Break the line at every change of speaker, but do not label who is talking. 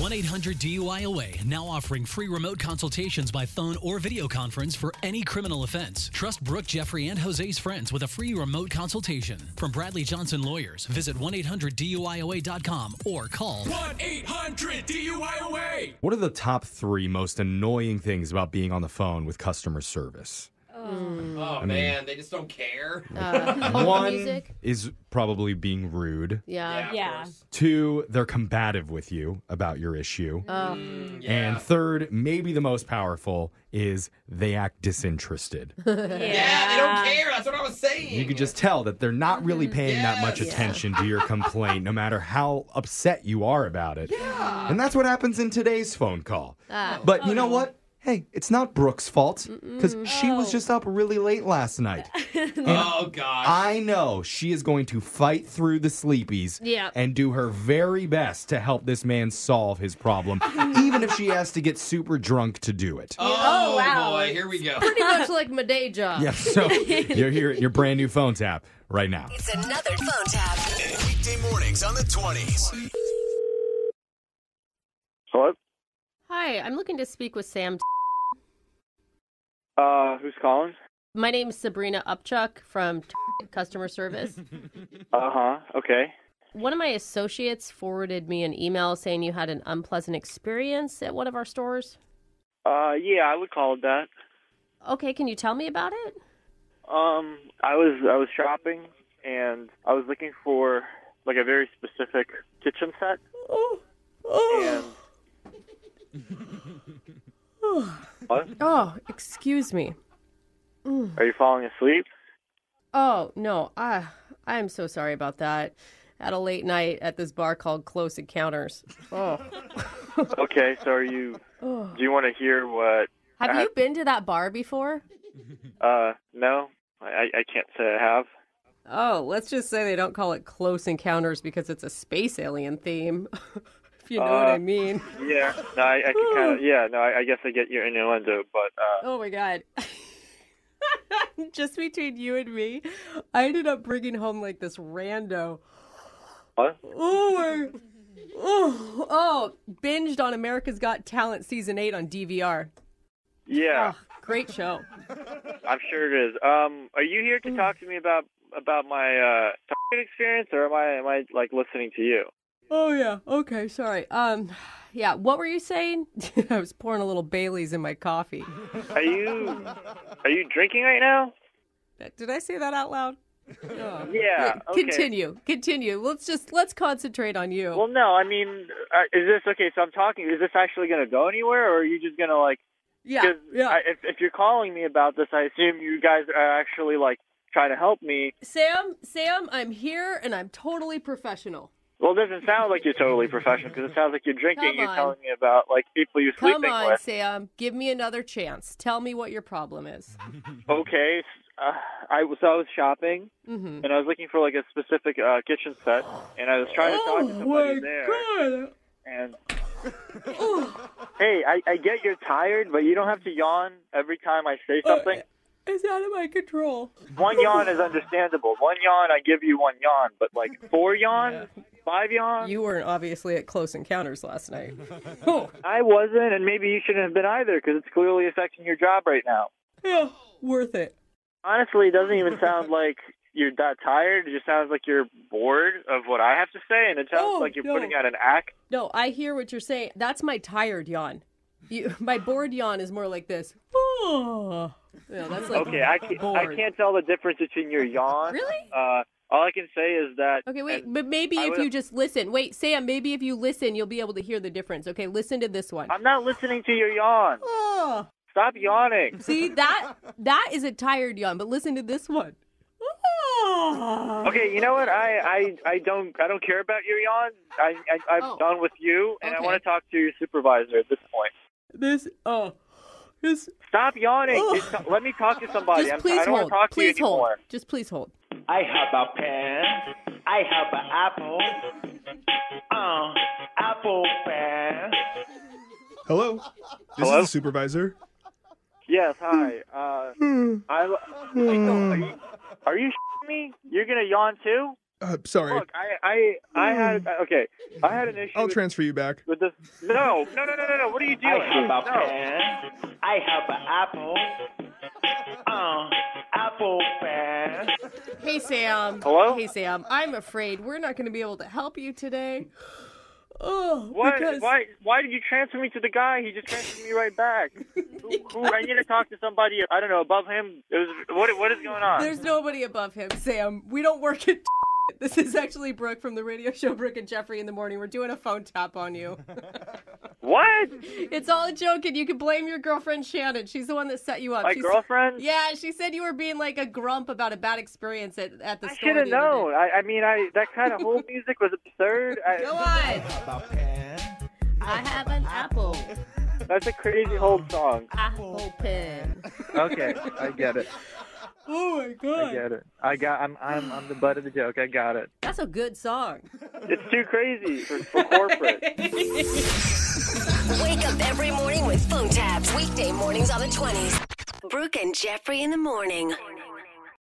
1 800 DUIOA now offering free remote consultations by phone or video conference for any criminal offense. Trust Brooke, Jeffrey, and Jose's friends with a free remote consultation. From Bradley Johnson Lawyers, visit 1 800 DUIOA.com or call
1 800 DUIOA.
What are the top three most annoying things about being on the phone with customer service?
Oh, man, they just don't care.
One
music?
is probably being rude.
Yeah.
of
Yeah.
course.
Two, they're combative with you about your issue.
Mm, yeah.
and third, maybe the most powerful, is they act disinterested.
yeah, they don't care. That's what I was saying.
you can just tell that they're not really paying that much
Yes.
attention to your complaint, no matter how upset you are about it.
Yeah.
And that's what happens in today's phone call.
Ah.
But you know what? Hey, it's not Brooke's fault because she was
Oh.
just up really late last night.
Oh gosh.
I know she is going to fight through the sleepies
Yeah.
and do her very best to help this man solve his problem, even if she has to get super drunk to do it.
oh,
Oh, wow.
boy, here we go.
Pretty much like my day job.
Yeah, so you're here at your brand new phone tap right now.
It's another phone tap.
Weekday mornings on the 20s.
Hello?
Hi, I'm looking to speak with Sam.
Uh, who's calling?
My name's Sabrina Upchuck from customer service.
Uh huh. Okay.
One of my associates forwarded me an email saying you had an unpleasant experience at one of our stores.
Uh, yeah, I would call it that.
Okay, can you tell me about it?
Um, I was I was shopping and I was looking for like a very specific kitchen set. And what?
Oh, excuse me.
Are you falling asleep?
Oh, no. I I'm so sorry about that. At a late night at this bar called Close Encounters. Oh.
Okay. So are you? Do you want to hear what?
Have you been to that bar before?
Uh, no, I I can't say I have.
Oh, let's just say they don't call it Close Encounters because it's a space alien theme. if you know what I mean.
Yeah. No, I, I can kind of. Yeah. No, I, I guess I get your innuendo, but uh.
Oh my god. Just between you and me, I ended up bringing home like this rando.
What?
Oh, I- oh, oh, binged on America's Got Talent season eight on DVR.
Yeah.
Oh, great show.
I'm sure it is. Um, are you here to
Hmm.
talk to me about about my uh, Target experience, or am I am I like listening to you?
Oh yeah. Okay. Sorry. Um, yeah. What were you saying? I was pouring a little Bailey's in my coffee.
Are you are you drinking right now?
Did I say that out loud? Oh.
Yeah. Okay.
Continue. Continue. Let's just let's concentrate on you.
Well, no. I mean, uh, is this okay? So I'm talking. Is this actually going to go anywhere, or are you just going to like?
yeah.
'cause
Yeah.
I, if if you're calling me about this, I assume you guys are actually like trying to help me.
Sam, Sam, I'm here and I'm totally professional.
Well, it doesn't sound like you're totally professional because it sounds like you're drinking.
Come
You're
on.
telling me about like people you're
Come
sleeping
on,
with.
Sam. Give me another chance. Tell me what your problem is.
Okay. Uh, I was so I was shopping.
Mm-hmm.
and I was looking for like a specific uh, kitchen set, and I was trying to talk to somebody there.
Oh god.
And hey, I, I get you're tired, but you don't have to yawn every time I say something.
It's out of my control.
one yawn is understandable. One yawn, I give you one yawn, but like four yawns, five yawns,
You weren't obviously at close encounters last night. oh,
I wasn't, and maybe you shouldn't have been either because it's clearly affecting your job right now.
yeah, worth it.
Honestly, it doesn't even sound like. You're that tired. It just sounds like you're bored of what I have to say, and it sounds
Oh,
like you're
no.
putting out an act.
No, I hear what you're saying. That's my tired yawn. You, my bored yawn is more like this. Oh. Yeah, that's like
Okay, I can't, I
bored.
can't tell the difference between your yawn.
Really?
Uh, all I can say is that.
Okay, wait,
and
but maybe
I
if
would-
you just listen. Wait, Sam, maybe if you listen, you'll be able to hear the difference. Okay, listen to this one.
I'm not listening to your yawn.
Oh.
Stop yawning.
See, that that is a tired yawn, but listen to this one. Oh.
Okay, you know what? I, I, I don't I don't care about your yawn. I, I I'm
Oh.
done with you, and I
Okay.
want to talk to your supervisor at this point.
This oh. This
Stop yawning.
Oh.
Just- let me talk to somebody.
just
I'm,
please
I don't
hold.
want to talk
please
to you
hold.
anymore.
Just please hold.
I have a pen. I have an apple. Uh, apple pen.
Hello. This
Hello?
is the supervisor.
Yes. Hi. Uh, I. Are you, are you shitting me? You're gonna yawn too?
Uh, sorry.
Look, I, I, I had okay. I had an issue.
I'll
with-
transfer you back.
with this. No, no, no, no, no, no. What are you doing?
I have a
No.
pen. I have an apple. Uh, apple pen.
Hey, Sam.
Hello?
Hey, Sam. I'm afraid we're not going to be able to help you today. Oh,
What?
because
Why? Why did you transfer me to the guy? He just transferred me right back. who, who, I need to talk to somebody. I don't know above him. It was what? What is going on?
there's nobody above him, Sam. We don't work at. This is actually Brooke from the radio show Brooke and Jeffrey in the morning. We're doing a phone tap on you.
what?
It's all a joke, and you can blame your girlfriend Shannon. She's the one that set you up.
My
She's-
girlfriend?
Yeah, she said you were being like a grump about a bad experience at, at the
I
store.
should have
the other day.
known. I, I mean, I that kind of whole music was absurd.
Go
I,
on.
A pen.
I have an apple.
that's a crazy whole song.
Apple pen.
Okay, I get it.
Oh my
I
god.
get it. I got. I'm. I'm. I'm the butt of the joke. I got it.
That's a good song.
It's too crazy for, for corporate.
Wake up every morning with phone tabs. Weekday mornings on the 20s. Brooke and Jeffrey in the morning.